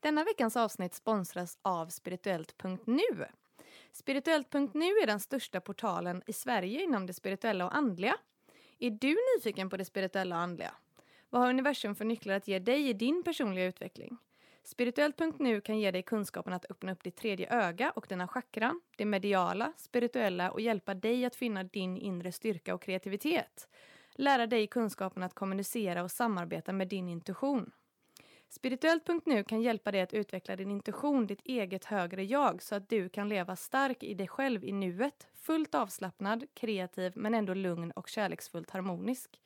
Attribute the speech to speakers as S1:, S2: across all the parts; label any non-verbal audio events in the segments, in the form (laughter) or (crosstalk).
S1: Denna veckans avsnitt sponsras av Spirituellt.nu. Spirituellt.nu är den största portalen i Sverige inom det spirituella och andliga. Är du nyfiken på det spirituella och andliga? Vad har universum för nycklar att ge dig i din personliga utveckling? Spirituellt.nu kan ge dig kunskapen att öppna upp ditt tredje öga och dina chakran, det mediala, spirituella och hjälpa dig att finna din inre styrka och kreativitet. Lära dig kunskapen att kommunicera och samarbeta med din intuition. Spirituellt.nu kan hjälpa dig att utveckla din intuition, ditt eget högre jag, så att du kan leva stark i dig själv i nuet, fullt avslappnad, kreativ men ändå lugn och kärleksfullt harmonisk.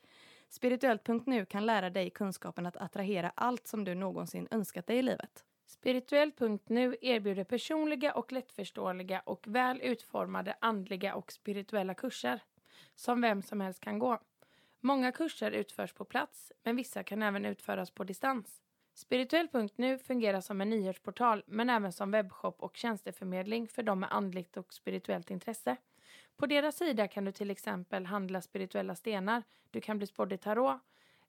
S1: Spirituellt.nu kan lära dig kunskapen att attrahera allt som du någonsin önskat dig i livet.
S2: Spirituellt.nu erbjuder personliga och lättförståeliga och väl utformade andliga och spirituella kurser som vem som helst kan gå. Många kurser utförs på plats, men vissa kan även utföras på distans. Spirituell.nu fungerar som en nyhetsportal men även som webbshop och tjänsteförmedling för de med andligt och spirituellt intresse. På deras sida kan du till exempel handla spirituella stenar, du kan bli spådd i tarot,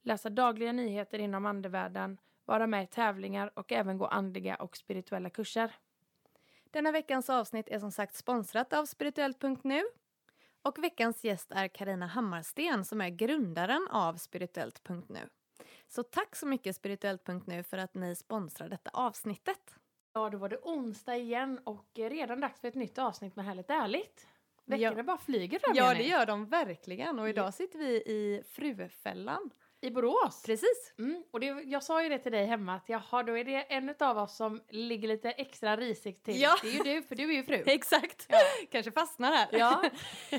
S2: läsa dagliga nyheter inom andevärlden, vara med i tävlingar och även gå andliga och spirituella kurser.
S1: Denna veckans avsnitt är som sagt sponsrat av Spirituellt.nu. Och veckans gäst är Karina Hammarsten som är grundaren av Spirituellt.nu. Så tack så mycket Spirituellt.nu för att ni sponsrar detta avsnittet.
S2: Ja, då var det onsdag igen och eh, redan dags för ett nytt avsnitt med Härligt Ärligt. Veckorna bara flyger fram
S1: Ja,
S2: Jenny.
S1: det gör de verkligen. Och idag sitter vi i Frufällan.
S2: I Borås.
S1: Precis.
S2: Mm, och det, jag sa ju det till dig hemma att jaha, då är det en av oss som ligger lite extra risigt till.
S1: Ja. (laughs)
S2: Det är ju du, för du är ju fru.
S1: Exakt. Kanske fastnar här. (laughs)
S2: Ja.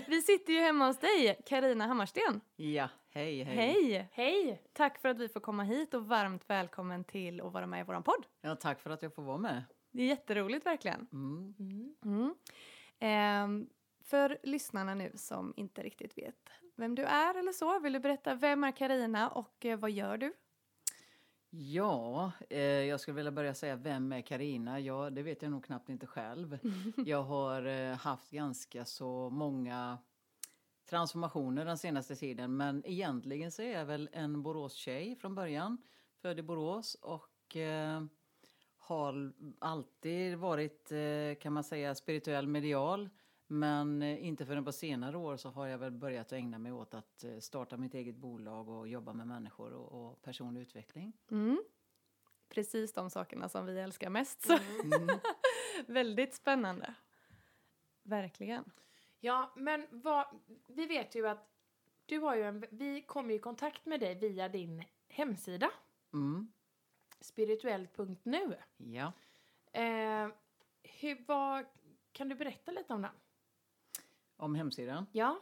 S1: vi sitter ju hemma hos dig, Karina Hammarsten.
S3: Ja, hej hej.
S1: Hej!
S2: Hej!
S1: Tack för att vi får komma hit och varmt välkommen till att vara med i vår podd.
S3: Ja, tack för att jag får vara med.
S1: Det är jätteroligt verkligen.
S3: Mm.
S1: Mm. Ehm, för lyssnarna nu som inte riktigt vet vem du är eller så, vill du berätta vem är Karina och eh, vad gör du?
S3: Ja, eh, jag skulle vilja börja säga vem är Karina? Ja, det vet jag nog knappt inte själv. Jag har eh, haft ganska så många transformationer den senaste tiden men egentligen så är jag väl en Borås-tjej från början. Född i Borås och eh, har alltid varit eh, kan man säga spirituell medial men eh, inte förrän på senare år så har jag väl börjat att ägna mig åt att eh, starta mitt eget bolag och jobba med människor och, och personlig utveckling.
S1: Mm. Precis de sakerna som vi älskar mest. Så
S3: Mm.
S1: väldigt spännande. Verkligen.
S2: Ja, men vad, vi vet ju att du har ju en, vi kom ju i kontakt med dig via din hemsida,
S3: Mm.
S2: spirituellt.nu.
S3: Ja.
S2: Eh, hur, vad, kan du berätta lite om den?
S3: Om hemsidan.
S2: Ja.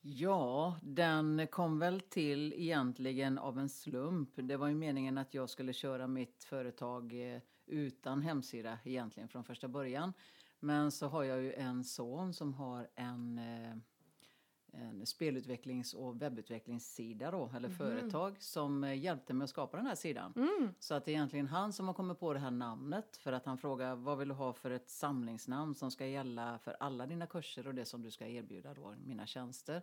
S3: Ja, den kom väl till egentligen av en slump. Det var ju meningen att jag skulle köra mitt företag eh, utan hemsida egentligen från första början. Men så har jag ju en son som har en, eh, en spelutvecklings och webbutvecklingssida då, eller företag som eh, hjälpte mig att skapa den här sidan.
S1: Mm.
S3: Så att det är egentligen han som har kommit på det här namnet för att han frågar vad vill du ha för ett samlingsnamn som ska gälla för alla dina kurser och det som du ska erbjuda då, mina tjänster.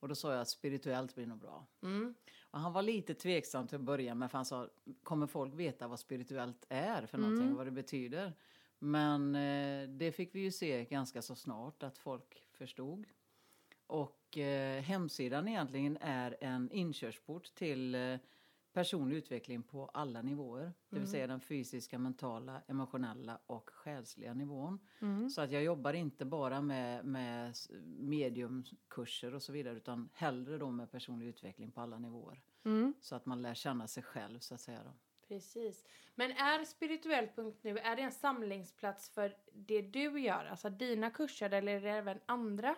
S3: Och då sa jag att spirituellt blir nog bra.
S2: Mm.
S3: Och han var lite tveksam till att börja med för han sa, kommer folk veta vad spirituellt är för någonting,
S1: Mm.
S3: vad det betyder? Men eh, det fick vi ju se ganska så snart att folk förstod. Och eh, hemsidan egentligen är en inkörsport till eh, personlig utveckling på alla nivåer. Det
S1: Mm.
S3: vill säga den fysiska, mentala, emotionella och själsliga nivån.
S1: Mm.
S3: Så att jag jobbar inte bara med, med s- mediumkurser och så vidare utan hellre då med personlig utveckling på alla nivåer.
S1: Mm.
S3: Så att man lär känna sig själv så att säga. Då.
S2: Precis. Men är spirituell.nu, är det en samlingsplats för det du gör, alltså dina kurser eller är det även andra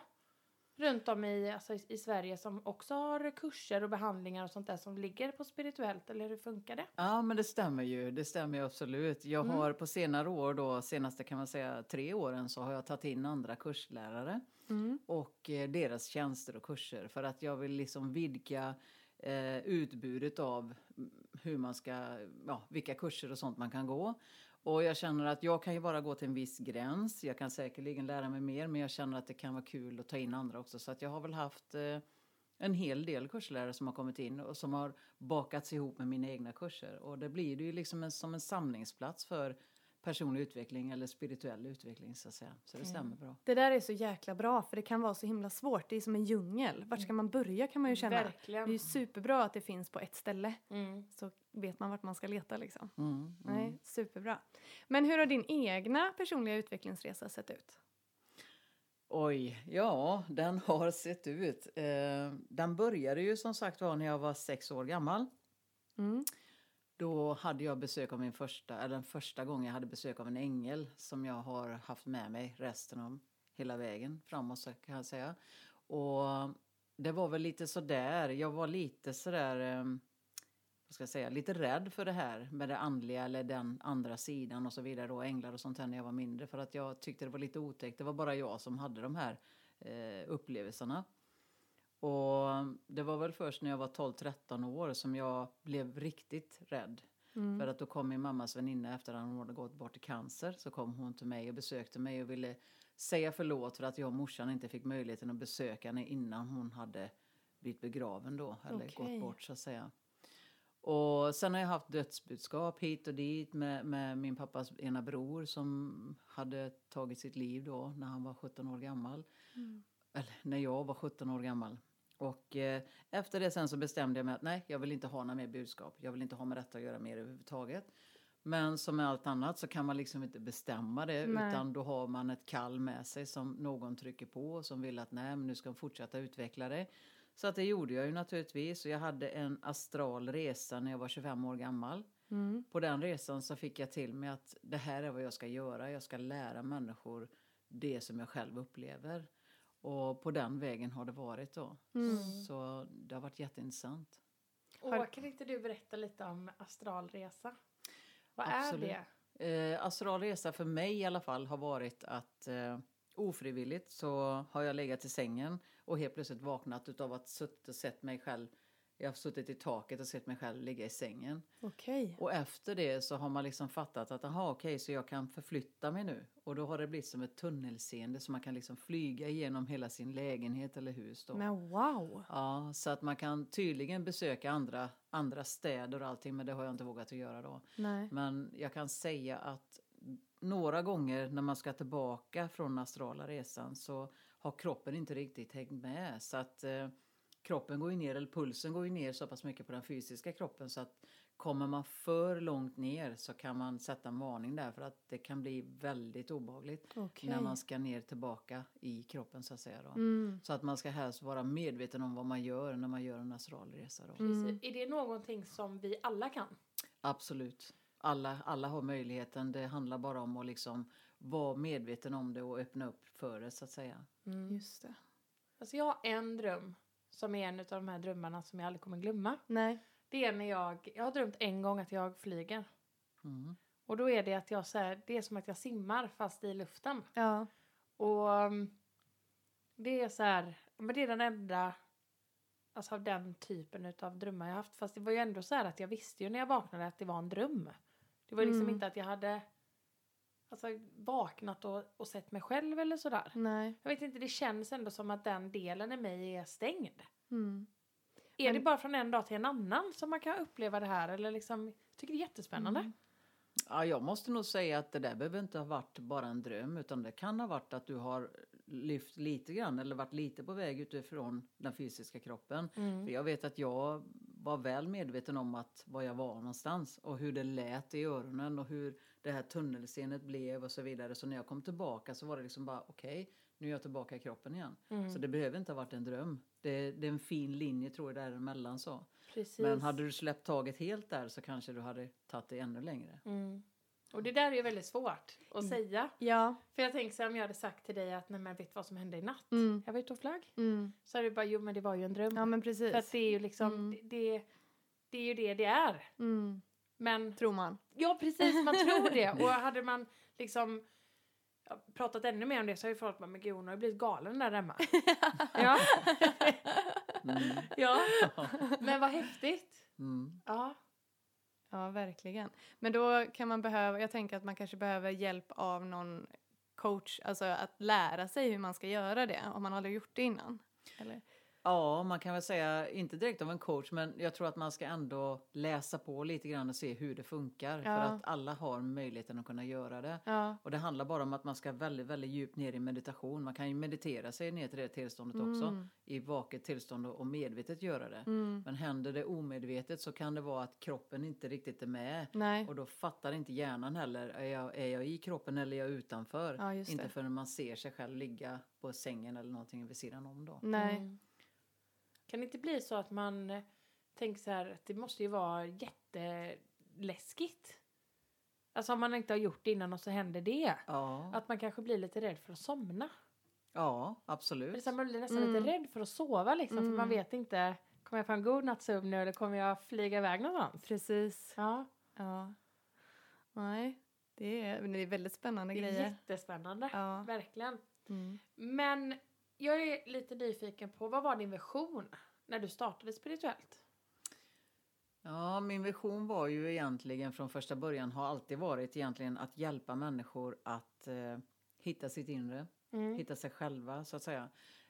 S2: runt om i, alltså i, i Sverige som också har kurser och behandlingar och sånt där som ligger på spirituellt eller hur funkar det?
S3: Ja, men det stämmer ju. Det stämmer ju absolut. Jag
S2: Mm.
S3: har på senare år, då, senaste kan man säga tre åren, så har jag tagit in andra kurslärare
S1: Mm.
S3: och eh, deras tjänster och kurser för att jag vill liksom vidga eh, utbudet av mm, hur man ska, ja, vilka kurser och sånt man kan gå. Och jag känner att jag kan ju bara gå till en viss gräns. Jag kan säkerligen lära mig mer men jag känner att det kan vara kul att ta in andra också. Så att jag har väl haft eh, en hel del kurslärare som har kommit in och som har bakats ihop med mina egna kurser. Och det blir det ju liksom en, som en samlingsplats för personlig utveckling eller spirituell utveckling så att säga. Så det
S2: Mm.
S3: stämmer bra.
S1: Det där är så jäkla bra för det kan vara så himla svårt. Det är som en djungel. Vart ska man börja kan man ju känna. Det är ju
S2: Verkligen.
S1: superbra att det finns på ett ställe
S2: Mm.
S1: så vet man vart man ska leta liksom.
S3: Mm, mm.
S1: Nej, superbra. Men hur har din egna personliga utvecklingsresa sett ut?
S3: Oj, ja, den har sett ut. Eh, den började ju som sagt var när jag var sex år gammal.
S1: Mm.
S3: Då hade jag besök av min första, eller den första gången jag hade besök av en ängel som jag har haft med mig resten av hela vägen framåt så kan jag säga. Och det var väl lite sådär, jag var lite sådär, eh, vad ska jag säga, lite rädd för det här med det andliga eller den andra sidan och så vidare och änglar och sånt här när jag var mindre för att jag tyckte det var lite otäckt. Det var bara jag som hade de här eh, upplevelserna. Och det var väl först när jag var 12-13 år som jag blev riktigt rädd.
S1: Mm.
S3: För att då kom min mammas väninna efter att hon hade gått bort i cancer. Så kom hon till mig och besökte mig och ville säga förlåt för att jag och morsan inte fick möjligheten att besöka henne innan hon hade blivit begraven då. Eller
S1: Okej.
S3: gått bort så att säga. Och sen har jag haft dödsbudskap hit och dit med, med min pappas ena bror som hade tagit sitt liv då när han var 17 år gammal.
S1: Mm.
S3: Eller när jag var 17 år gammal. Och eh, efter det sen så bestämde jag mig att nej, jag vill inte ha några mer budskap. Jag vill inte ha med detta att göra mer överhuvudtaget. Men som med allt annat så kan man liksom inte bestämma det
S1: Nej.
S3: utan då har man ett kall med sig som någon trycker på och som vill att nej, men nu ska de fortsätta utveckla det. Så att det gjorde jag ju naturligtvis och jag hade en astral resa när jag var 25 år gammal.
S1: Mm.
S3: På den resan så fick jag till mig att det här är vad jag ska göra. Jag ska lära människor det som jag själv upplever. Och på den vägen har det varit då.
S1: Mm.
S3: Så det har varit jätteintressant.
S2: Och kan inte du berätta lite om astralresa? Vad
S3: Absolut.
S2: är det?
S3: Eh, astral resa för mig i alla fall har varit att eh, ofrivilligt så har jag legat i sängen och helt plötsligt vaknat utav att suttit och sett mig själv. Jag har suttit i taket och sett mig själv ligga i sängen.
S1: Okej.
S3: Och efter det så har man liksom fattat att aha, okej, så jag kan förflytta mig nu. Och då har det blivit som ett tunnelseende så man kan liksom flyga igenom hela sin lägenhet eller hus då.
S1: Men wow!
S3: Ja, så att man kan tydligen besöka andra, andra städer och allting men det har jag inte vågat att göra då.
S1: Nej.
S3: Men jag kan säga att några gånger när man ska tillbaka från astrala resan så har kroppen inte riktigt hängt med. Så att eh, kroppen går ju ner, eller pulsen går ju ner så pass mycket på den fysiska kroppen så att kommer man för långt ner så kan man sätta en varning där för att det kan bli väldigt obehagligt
S1: Okej.
S3: när man ska ner tillbaka i kroppen så att säga då.
S1: Mm.
S3: Så att man ska helst vara medveten om vad man gör när man gör en astral resa då.
S1: Mm.
S2: Är det någonting som vi alla kan?
S3: Absolut. Alla, alla har möjligheten. Det handlar bara om att liksom vara medveten om det och öppna upp för det så att säga.
S1: Just det.
S2: Alltså jag har en dröm som är en av de här drömmarna som jag aldrig kommer glömma.
S1: Nej.
S2: Det är när jag, jag har drömt en gång att jag flyger.
S3: Mm.
S2: Och då är det att jag så här, det är som att jag simmar fast i luften.
S1: Ja.
S2: Och um, det är så här, men det är den enda, alltså av den typen utav drömmar jag haft. Fast det var ju ändå så här att jag visste ju när jag vaknade att det var en dröm. Det var liksom
S1: Mm.
S2: inte att jag hade alltså, vaknat och, och sett mig själv eller sådär.
S1: Nej.
S2: Jag vet inte, det känns ändå som att den delen i mig är stängd.
S1: Mm.
S2: Är
S1: Men-
S2: det bara från en dag till en annan som man kan uppleva det här? Eller liksom, jag tycker det är jättespännande.
S1: Mm.
S3: Ja, jag måste nog säga att det där behöver inte ha varit bara en dröm utan det kan ha varit att du har lyft lite grann eller varit lite på väg utifrån den fysiska kroppen.
S2: Mm.
S3: För jag vet att jag var väl medveten om att var jag var någonstans och hur det lät i öronen och hur det här tunnelseendet blev och så vidare. Så när jag kom tillbaka så var det liksom bara okej, nu är jag tillbaka i kroppen igen.
S2: Mm.
S3: Så det behöver inte ha varit en dröm. Det, det är en fin linje tror jag däremellan så.
S2: Precis.
S3: Men hade du släppt taget helt där så kanske du hade tagit det ännu längre.
S2: Mm. Och det där är ju väldigt svårt att säga.
S1: Ja.
S2: För jag tänker så här, om jag hade sagt till dig att nej men vet du vad som hände i natt?
S1: Mm.
S2: Jag var ute och flög.
S1: Mm.
S2: Så hade du bara, jo men det var ju en dröm.
S1: Ja men
S2: För att
S1: precis.
S2: det är ju liksom,
S1: Mm.
S2: det, det, det är ju det det är.
S1: Mm.
S2: Men
S1: Tror man.
S2: ja precis, man tror det. (laughs) Och hade man liksom ja, pratat ännu mer om det så hade ju folk bara, men gud hon har ju blivit galen där hemma.
S1: (laughs)
S2: ja.
S3: Mm.
S2: ja, men vad häftigt.
S3: Mm.
S2: Ja.
S1: Ja, verkligen. Men då kan man behöva, jag tänker att man kanske behöver hjälp av någon coach, alltså att lära sig hur man ska göra det om man aldrig gjort det innan. Eller?
S3: Ja, man kan väl säga, inte direkt av en coach, men jag tror att man ska ändå läsa på lite grann och se hur det funkar. För
S1: Ja.
S3: att alla har möjligheten att kunna göra det.
S1: Ja.
S3: Och det handlar bara om att man ska väldigt, väldigt djupt ner i meditation. Man kan ju meditera sig ner till det tillståndet också.
S1: Mm.
S3: I vaket tillstånd och och medvetet göra det.
S1: Mm.
S3: Men händer det omedvetet så kan det vara att kroppen inte riktigt är med.
S1: Nej.
S3: Och då fattar inte hjärnan heller, är jag, är jag i kroppen eller är jag utanför?
S1: Ja, just
S3: inte
S1: det.
S3: förrän man ser sig själv ligga på sängen eller någonting vid sidan om då.
S1: Nej.
S2: Mm. Kan det inte bli så att man eh, tänker så här att det måste ju vara jätteläskigt? Alltså om man inte har gjort det innan och så händer det.
S3: Ja,
S2: Att man kanske blir lite rädd för att somna.
S3: ja
S2: Eller
S3: absolut.
S2: så här, man blir nästan
S1: Mm.
S2: lite rädd för att sova liksom för
S1: Mm.
S2: man vet inte. Kommer jag få en god natts sömn nu eller kommer jag flyga iväg någonstans?
S1: Precis.
S2: Ja,
S1: Ja. Nej, det är, men det är väldigt spännande
S2: det är
S1: grejer.
S2: jättespännande.
S1: Ja.
S2: Verkligen.
S1: Mm.
S2: Men jag är lite nyfiken på vad var din vision när du startade spirituellt?
S3: Ja, min vision var ju egentligen från första början, har alltid varit egentligen att hjälpa människor att eh, hitta sitt inre.
S2: Mm.
S3: hitta sig själva så att säga.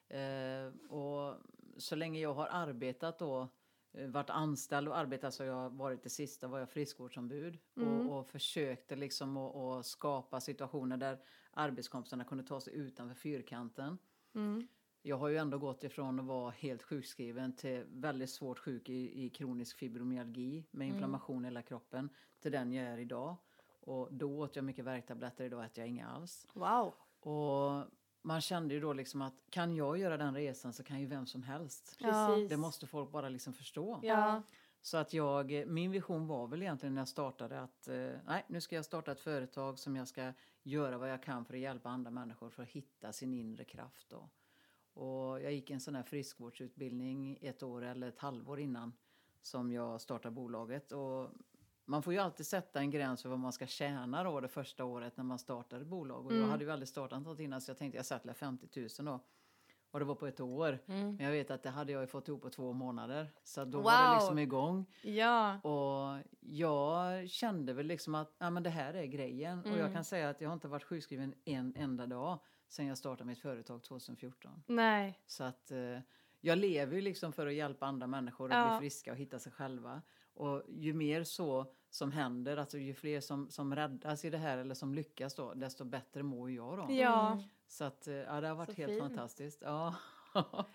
S3: Eh, och så länge jag har arbetat då, eh, varit anställd och arbetat så har jag varit det sista var jag friskvårdsombud
S1: Mm.
S3: och, och försökte liksom att, att skapa situationer där arbetskompisarna kunde ta sig utanför fyrkanten.
S1: Mm.
S3: Jag har ju ändå gått ifrån att vara helt sjukskriven till väldigt svårt sjuk i, i kronisk fibromyalgi med inflammation i hela kroppen till den jag är idag. Och då åt jag mycket värktabletter, idag äter jag inga alls.
S1: Wow.
S3: Och man kände ju då liksom att kan jag göra den resan så kan ju vem som helst.
S1: Ja.
S2: Precis.
S3: Det måste folk bara liksom förstå.
S2: Ja.
S3: Så att jag, eh, min vision var väl egentligen när jag startade att eh, nej, nu ska jag starta ett företag som jag ska göra vad jag kan för att hjälpa andra människor för att hitta sin inre kraft. Då. Och jag gick en sån här friskvårdsutbildning ett år eller ett halvår innan som jag startade bolaget. Och man får ju alltid sätta en gräns för vad man ska tjäna då det första året när man startar ett bolag. Och
S1: Mm.
S3: jag hade ju aldrig startat något innan så jag tänkte jag satt väl 50 000 då. Och det var på ett år.
S2: Mm.
S3: Men jag vet att det hade jag ju fått ihop på två månader. Så då var det liksom
S1: Wow.
S3: igång.
S1: Ja.
S3: Och jag kände väl liksom att ja, men det här är grejen. Och
S2: Mm.
S3: jag kan säga att jag har inte varit sjukskriven en enda dag sedan jag startade mitt företag 2014.
S1: Nej.
S3: Så att eh, jag lever ju liksom för att hjälpa andra människor att
S1: Ja.
S3: bli friska och hitta sig själva. Och ju mer så som händer, alltså ju fler som, som räddas i det här eller som lyckas då, desto bättre mår ju jag då.
S1: Ja.
S2: Mm.
S3: Så att eh, ja, det har varit
S2: Så
S3: helt
S2: fint.
S3: fantastiskt. Ja. (laughs)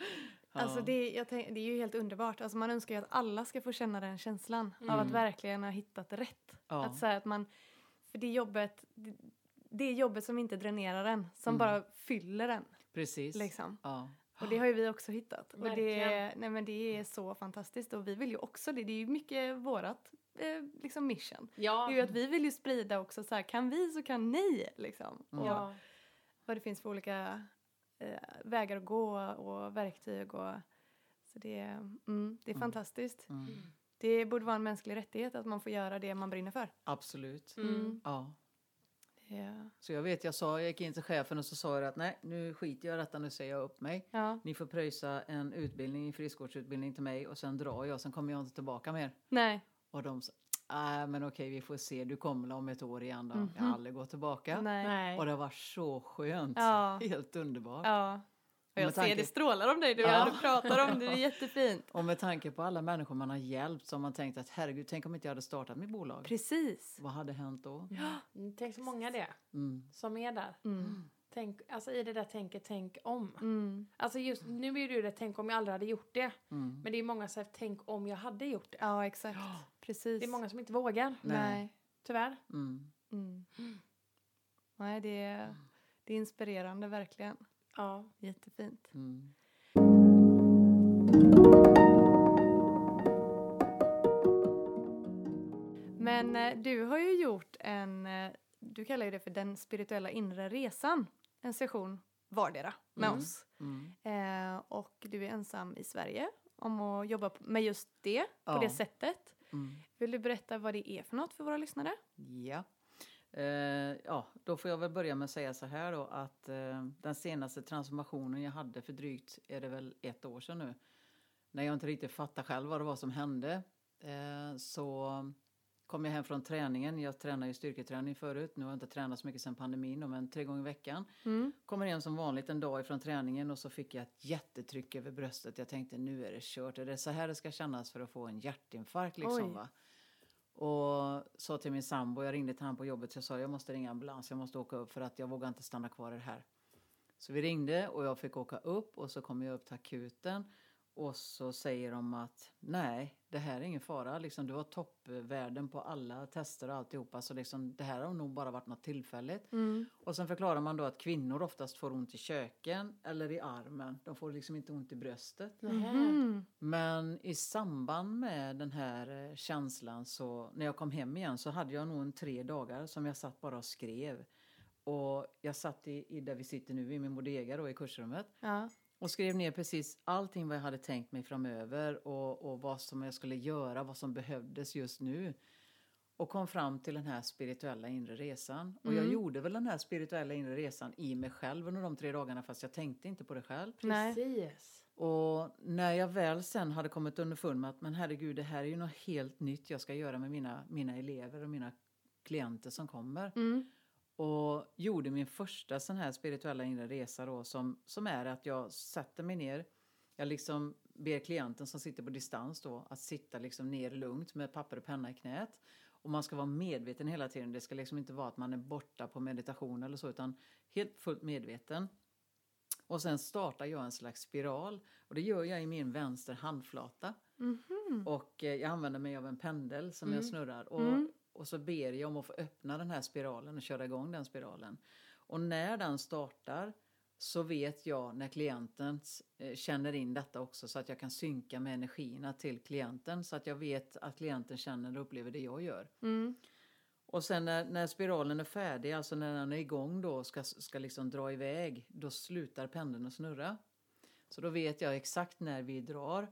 S1: Alltså
S3: Ja.
S1: det, jag tänk, det är ju helt underbart. Alltså man önskar ju att alla ska få känna den känslan av att
S3: Mm.
S1: verkligen ha hittat rätt.
S3: Ja.
S1: Att, så här, att man, för det jobbet, det, det jobbet som inte dränerar den, som
S3: Mm.
S1: bara fyller den.
S3: Precis.
S1: Liksom.
S3: Ja.
S1: Och det har ju vi också hittat. Och det,
S2: Verkligen.
S1: nej men det är så fantastiskt och vi vill ju också det. Det är ju mycket vårat eh, liksom mission. Det är ju
S2: Ja.
S1: att vi vill ju sprida också så här, kan vi så kan ni liksom. Och
S2: ja.
S1: vad det finns för olika eh, vägar att gå och verktyg och så det, mm, det är
S3: Mm.
S1: fantastiskt.
S3: Mm.
S1: Det borde vara en mänsklig rättighet att man får göra det man brinner för.
S3: Absolut.
S2: Mm.
S3: Ja.
S1: Ja.
S3: Så jag vet, jag, sa, jag gick in till chefen och så sa jag att nej, nu skiter jag i detta, nu säger jag upp mig.
S1: ja.
S3: Ni får pröjsa en utbildning, en friskvårdsutbildning till mig och sen drar jag, sen kommer jag inte tillbaka mer.
S1: Nej.
S3: Och de sa, nej men okej, vi får se, du kommer väl om ett år igen då. Jag
S1: Mhm.
S3: har aldrig gått tillbaka.
S1: Nej.
S2: Nej.
S3: Och det var så skönt.
S1: Ja.
S3: Helt underbart.
S1: Ja. Och
S3: Med
S1: jag ser
S3: tanke-
S1: det strålar om dig du,
S3: Ja.
S1: ja. du pratar
S3: (laughs)
S1: om det, det är jättefint.
S3: Och med tanke på alla människor man har hjälpt så har man tänkt att herregud, tänk om inte jag hade startat mitt bolag.
S1: Precis.
S3: Vad hade hänt då?
S2: Mm, Tänk så många det
S3: Mm.
S2: som är där.
S1: Mm.
S2: Tänk, alltså i det där tänket, tänk om.
S1: Mm.
S2: Alltså just nu är ju det där, tänk om jag aldrig hade gjort det.
S3: Mm.
S2: Men det är många som säger, tänk om jag hade gjort det.
S1: Ja, exakt. Precis.
S2: Det är många som inte vågar,
S1: Nej.
S2: tyvärr.
S3: Mm.
S1: Mm. Nej, det är, det är inspirerande verkligen.
S2: Ja.
S3: Mm.
S1: Jättefint.
S3: Mm.
S1: Men eh, du har ju gjort en, eh, du kallar ju det för den spirituella inre resan, en session vardera med
S3: Mm.
S1: oss.
S3: Mm.
S1: Eh, och du är ensam i Sverige om att jobba p- med just det, på
S3: Ja.
S1: det sättet.
S3: Mm.
S1: Vill du berätta vad det är för något för våra lyssnare?
S3: Ja. Eh, ja, då får jag väl börja med att säga så här då att eh, den senaste transformationen jag hade för drygt, är det väl ett år sedan nu, när jag inte riktigt fattade själv vad det var som hände, eh, så kom jag hem från träningen. Jag tränar ju styrketräning förut, nu har jag inte tränat så mycket sedan pandemin, då, men tre gånger i veckan. Kommer hem som vanligt en dag ifrån träningen och så fick jag ett jättetryck över bröstet. Jag tänkte nu är det kört. Är det så här det ska kännas för att få en hjärtinfarkt
S1: Oj.
S3: liksom va? Och sa till min sambo, jag ringde till han på jobbet, så jag sa jag måste ringa ambulans, jag måste åka upp för att jag vågar inte stanna kvar i det här. Så vi ringde och jag fick åka upp och så kom jag upp till akuten och så säger de att nej, det här är ingen fara, liksom, du har toppvärden på alla tester och alltihopa så liksom, det här har nog bara varit något tillfälligt. Och sen förklarar man då att kvinnor oftast får ont i köken eller i armen. De får liksom inte ont i bröstet.
S1: Mhm.
S3: Men i samband med den här eh, känslan så när jag kom hem igen så hade jag nog en tre dagar som jag satt bara och skrev. Och jag satt i, i där vi sitter nu i min bodega då i kursrummet
S1: Ja.
S3: och skrev ner precis allting vad jag hade tänkt mig framöver och, och vad som jag skulle göra, vad som behövdes just nu. Och kom fram till den här spirituella inre resan. Och jag
S1: Mm.
S3: gjorde väl den här spirituella inre resan i mig själv under de tre dagarna fast jag tänkte inte på det själv.
S1: Nej.
S2: Precis.
S3: Och när jag väl sen hade kommit underfund med att men herregud det här är ju något helt nytt jag ska göra med mina, mina elever och mina klienter som kommer
S1: Mm.
S3: och gjorde min första sån här spirituella inre resa då, som, som är att jag sätter mig ner. Jag liksom ber klienten som sitter på distans då att sitta liksom ner lugnt med papper och penna i knät. Och man ska vara medveten hela tiden. Det ska liksom inte vara att man är borta på meditation eller så utan helt fullt medveten. Och sen startar jag en slags spiral och det gör jag i min vänster handflata.
S1: Mhm.
S3: Och eh, jag använder mig av en pendel som
S2: Mm.
S3: jag snurrar. Och,
S1: Mm.
S3: och så ber jag om att få öppna den här spiralen och köra igång den spiralen. Och när den startar så vet jag när klienten eh, känner in detta också så att jag kan synka med energierna till klienten så att jag vet att klienten känner och upplever det jag gör.
S1: Mm.
S3: Och sen när, när spiralen är färdig, alltså när den är igång då och ska, ska liksom dra iväg, då slutar pendeln att snurra. Så då vet jag exakt när vi drar.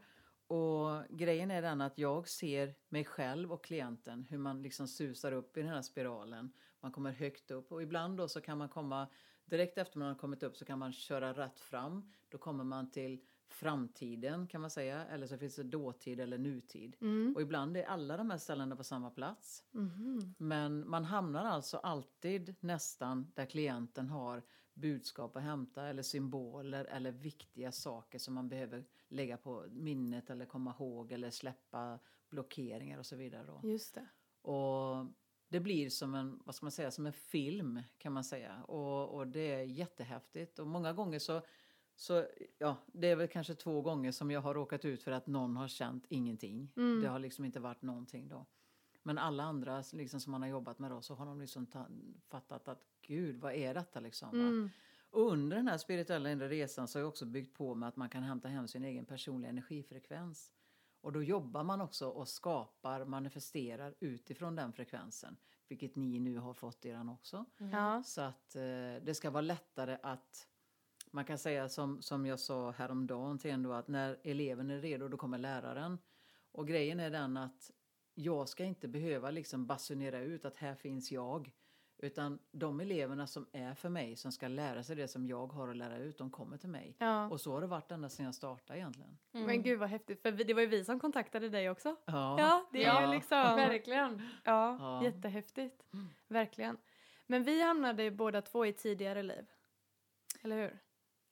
S3: Och grejen är den att jag ser mig själv och klienten hur man liksom susar upp i den här spiralen. Man kommer högt upp och ibland då så kan man komma direkt efter man har kommit upp så kan man köra rätt fram. Då kommer man till framtiden kan man säga eller så finns det dåtid eller nutid.
S1: Mm.
S3: Och ibland är alla de här ställena på samma plats.
S1: Mhm.
S3: Men man hamnar alltså alltid nästan där klienten har budskap att hämta eller symboler eller viktiga saker som man behöver lägga på minnet eller komma ihåg eller släppa blockeringar och så vidare. Då.
S1: Just det.
S3: Och det blir som en, vad ska man säga, som en film kan man säga. Och, och det är jättehäftigt. Och många gånger så, så, ja, det är väl kanske två gånger som jag har råkat ut för att någon har känt ingenting.
S1: Mm.
S3: Det har liksom inte varit någonting då. Men alla andra liksom, som man har jobbat med då så har de liksom ta, fattat att gud, vad är detta liksom? va?
S1: Mm.
S3: Och under den här spirituella inre resan så har jag också byggt på med att man kan hämta hem sin egen personliga energifrekvens. Och då jobbar man också och skapar, manifesterar utifrån den frekvensen. Vilket ni nu har fått eran också.
S1: Ja.
S3: Så att eh, det ska vara lättare att man kan säga som, som jag sa häromdagen till en då att när eleven är redo då kommer läraren. Och grejen är den att jag ska inte behöva liksom basunera ut att här finns jag. Utan de eleverna som är för mig som ska lära sig det som jag har att lära ut de kommer till mig.
S1: ja.
S3: Och så har det varit ända sedan jag startade egentligen.
S2: Mm.
S1: Men gud vad häftigt, för vi, det var ju vi som kontaktade dig också.
S3: Ja.
S1: Ja, det är ju
S3: Ja.
S1: liksom...
S2: Verkligen.
S1: Ja,
S3: Ja.
S1: jättehäftigt.
S3: Mm.
S1: Verkligen. Men vi hamnade ju båda två i tidigare liv. Eller hur? Eller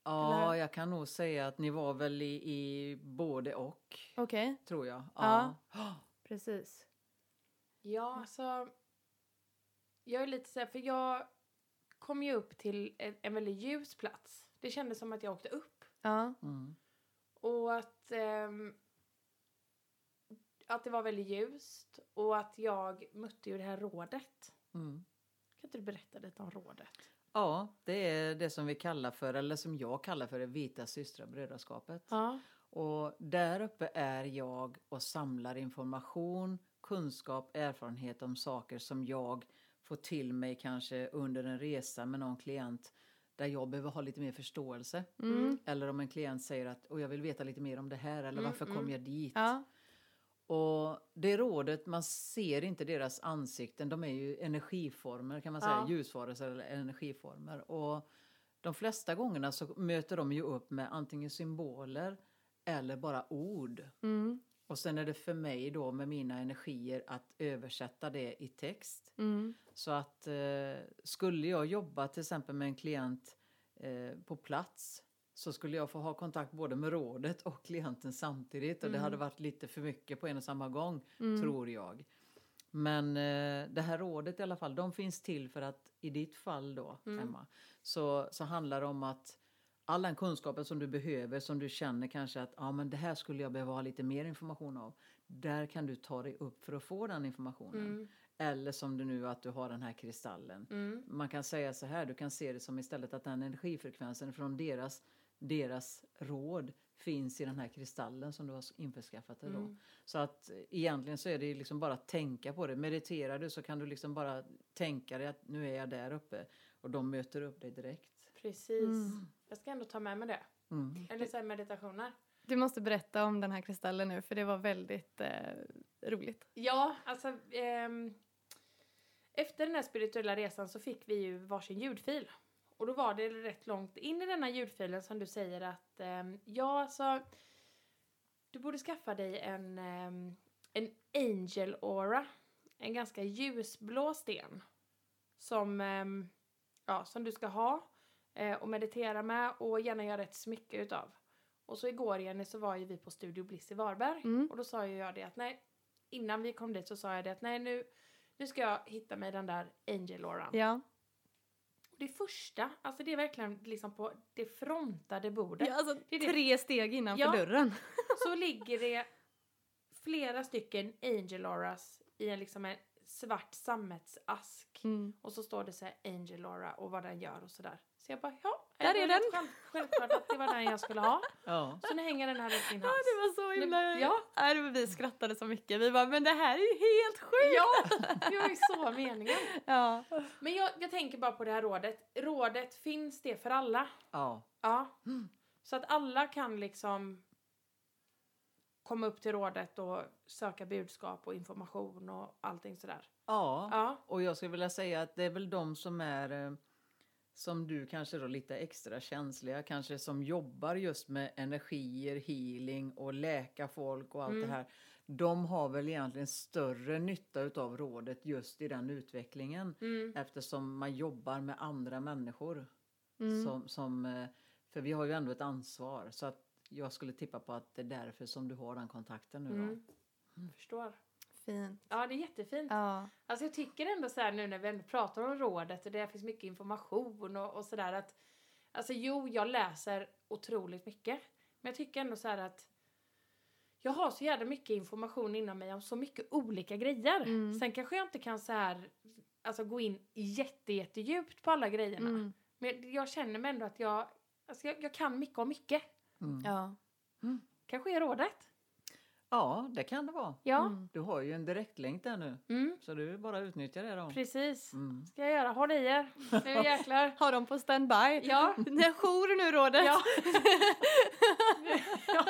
S3: ja,
S1: hur?
S3: jag kan nog säga att ni var väl i, i både och
S1: Okej,
S3: tror jag.
S1: Ja.
S3: ja.
S1: precis.
S2: Ja, alltså. Jag är lite så här, för jag kom ju upp till en, en väldigt ljus plats. Det kändes som att jag åkte upp.
S1: Ja.
S3: Mm.
S2: Och att, ehm, att det var väldigt ljust och att jag mötte ju det här rådet.
S3: Mm.
S2: Kan inte du berätta lite om rådet?
S3: Ja, det är det som vi kallar för, eller som jag kallar för det vita systrabrödraskapet.
S2: Ja.
S3: Och där uppe är jag och samlar information, kunskap, erfarenhet om saker som jag får till mig kanske under en resa med någon klient där jag behöver ha lite mer förståelse.
S1: Mm.
S3: Eller om en klient säger att "Åh, jag vill veta lite mer om det här eller
S1: Mm,
S3: varför
S1: mm.
S3: kom jag dit?
S1: Ja.
S3: Och det rådet, man ser inte deras ansikten. De är ju energiformer kan man säga,
S1: Ja.
S3: ljusvarelser eller energiformer. Och de flesta gångerna så möter de ju upp med antingen symboler eller bara ord.
S1: Mm.
S3: Och sen är det för mig då med mina energier att översätta det i text.
S1: Mm.
S3: Så att eh, skulle jag jobba till exempel med en klient eh, på plats så skulle jag få ha kontakt både med rådet och klienten samtidigt och det
S1: Mm.
S3: hade varit lite för mycket på en och samma gång
S1: Mm.
S3: tror jag. Men eh, det här rådet i alla fall, de finns till för att i ditt fall då,
S2: Mm.
S3: Emma, så, så handlar det om att all den kunskapen som du behöver, som du känner kanske att ja, men det här skulle jag behöva ha lite mer information av. Där kan du ta dig upp för att få den informationen.
S2: Mm.
S3: Eller som det nu att du har den här kristallen.
S2: Mm.
S3: Man kan säga så här, du kan se det som istället att den energifrekvensen från deras, deras råd finns i den här kristallen som du har införskaffat dig då.
S2: Mm.
S3: Så att eh, egentligen så är det liksom bara att tänka på det. Mediterar du så kan du liksom bara tänka dig att nu är jag där uppe och de möter upp dig direkt.
S2: Precis.
S1: Mm.
S2: Jag ska ändå ta med mig det.
S3: Mm.
S2: Eller så här meditationer.
S1: Du måste berätta om den här kristallen nu för det var väldigt eh, roligt.
S2: Ja, alltså... ehm, efter den här spirituella resan så fick vi ju varsin ljudfil. Och då var det rätt långt in i denna ljudfilen som du säger att ehm, ja, alltså... Du borde skaffa dig en, ehm, en angel aura. En ganska ljusblå sten. Som, ehm, ja, som du ska ha eh, och meditera med och gärna göra ett smycke utav. Och så igår Jenny så var ju vi på Studio Bliss i Varberg.
S1: Mm.
S2: Och då sa ju jag det att nej, innan vi kom dit så sa jag det att nej nu, nu ska jag hitta mig den där angel auran.
S1: Ja.
S2: Och det första, alltså det är verkligen liksom på det frontade bordet.
S1: ja (laughs) alltså,
S2: det är det.
S1: tre steg innanför
S2: Ja.
S1: (laughs) dörren.
S2: Så ligger det flera stycken angel auras i en liksom en svart sammetsask.
S1: Mm.
S2: Och så står det så här Angel Laura och vad den gör och sådär. Så jag bara, ja.
S1: Där
S2: det var
S1: är den.
S2: helt själv- Självklart att det var den jag skulle ha.
S3: Ja.
S2: Så nu hänger den här runt min
S1: Ja,
S2: hals.
S1: det var så himla...
S2: Ja.
S1: Nej, det var- vi skrattade så mycket. Vi bara, men det här är ju helt sjukt!
S2: Ja, det var ju så meningen.
S1: (laughs) Ja.
S2: Men jag, jag tänker bara på det här rådet. Rådet, finns det för alla?
S3: ja.
S2: Ja. Så att alla kan liksom komma upp till rådet och söka budskap och information och allting sådär.
S3: ja.
S2: Ja.
S3: Och jag skulle vilja säga att det är väl de som är eh, som du kanske då lite extra känsliga, kanske som jobbar just med energier, healing och läka folk och allt
S2: Mm.
S3: det här. De har väl egentligen större nytta utav rådet just i den utvecklingen
S2: Mm.
S3: eftersom man jobbar med andra människor.
S1: Mm.
S3: Som, som, eh, för vi har ju ändå ett ansvar så att jag skulle tippa på att det är därför som du har den kontakten nu. Då.
S2: Mm. Förstår.
S1: Fint.
S2: Ja, det är jättefint.
S1: Ja.
S2: Alltså jag tycker ändå så här nu när vi ändå pratar om rådet och det finns mycket information och, och sådär att Alltså jo, jag läser otroligt mycket. Men jag tycker ändå så här att jag har så jävla mycket information inom mig om så mycket olika grejer.
S1: Mm.
S2: Sen kanske jag inte kan så här, alltså gå in jätte, jättedjupt på alla grejerna.
S1: Mm.
S2: Men jag känner mig ändå att jag, alltså jag, jag kan mycket om mycket.
S3: Mm.
S1: Ja.
S2: Kanske är rådet.
S3: Ja, det kan det vara.
S2: Ja, mm.
S1: Mm.
S3: Du har ju en direktlänk där nu så du vill bara att utnyttja det då.
S2: precis.
S3: Mm.
S2: Ska jag göra, håll i er. Nu jäklar.
S1: (laughs) Har de på standby?
S2: Ja.
S1: (laughs) Ni har jour nu, rådet. (laughs)
S2: Ja.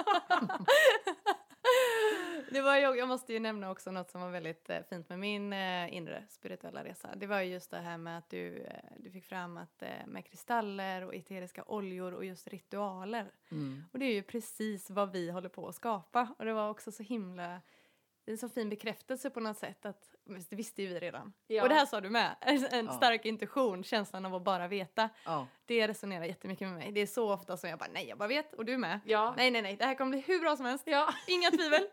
S1: Det var jag, jag måste ju nämna också något som var väldigt eh, fint med min eh, inre spirituella resa. Det var ju just det här med att du, eh, du fick fram att eh, med kristaller och eteriska oljor och just ritualer.
S3: Mm.
S1: Och det är ju precis vad vi håller på att skapa. Och det var också så himla en så fin bekräftelse på något sätt att det visste ju vi redan.
S2: Ja.
S1: Och det här sa du med, en en
S3: Ja.
S1: stark intuition, känslan av att bara veta.
S3: Ja.
S1: Det resonerar jättemycket med mig. Det är så ofta som jag bara nej, jag bara vet och du med.
S2: Ja.
S1: Nej, nej, nej, det här kommer bli hur bra som helst.
S2: ja.
S1: Inga (laughs) tvivel.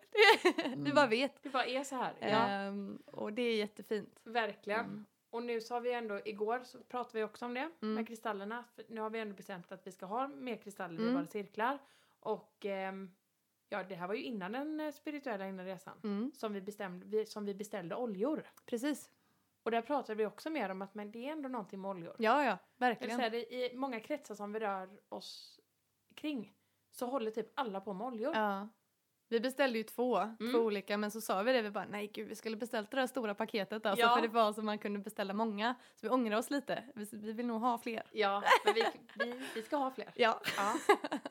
S1: Vi bara vet.
S2: Det bara är så här. Ja.
S1: Ehm, och det är jättefint.
S2: Verkligen. Och nu så har vi ändå, igår så pratade vi också om det
S1: Mm.
S2: med kristallerna. För nu har vi ändå bestämt att vi ska ha mer kristaller i
S1: Mm.
S2: våra cirklar. Och ehm, ja, det här var ju innan den eh, spirituella innan resan.
S1: Mm.
S2: Som, vi bestämde, vi, som vi beställde oljor.
S1: Precis.
S2: Och där pratade vi också mer om att men det är ändå någonting med oljor.
S1: Ja,
S2: Jag
S1: ja,
S2: vill
S1: verkligen.
S2: säga det, i många kretsar som vi rör oss kring så håller typ alla på med oljor.
S1: Ja. Vi beställde ju två, två olika men så sa vi det, vi bara nej gud vi skulle beställt det där stora paketet alltså
S2: Ja.
S1: för det var så man kunde beställa många. Så vi ångrar oss lite, vi, vi vill nog ha fler.
S2: Ja, men vi, vi, vi ska ha fler.
S1: Ja.
S2: Ja.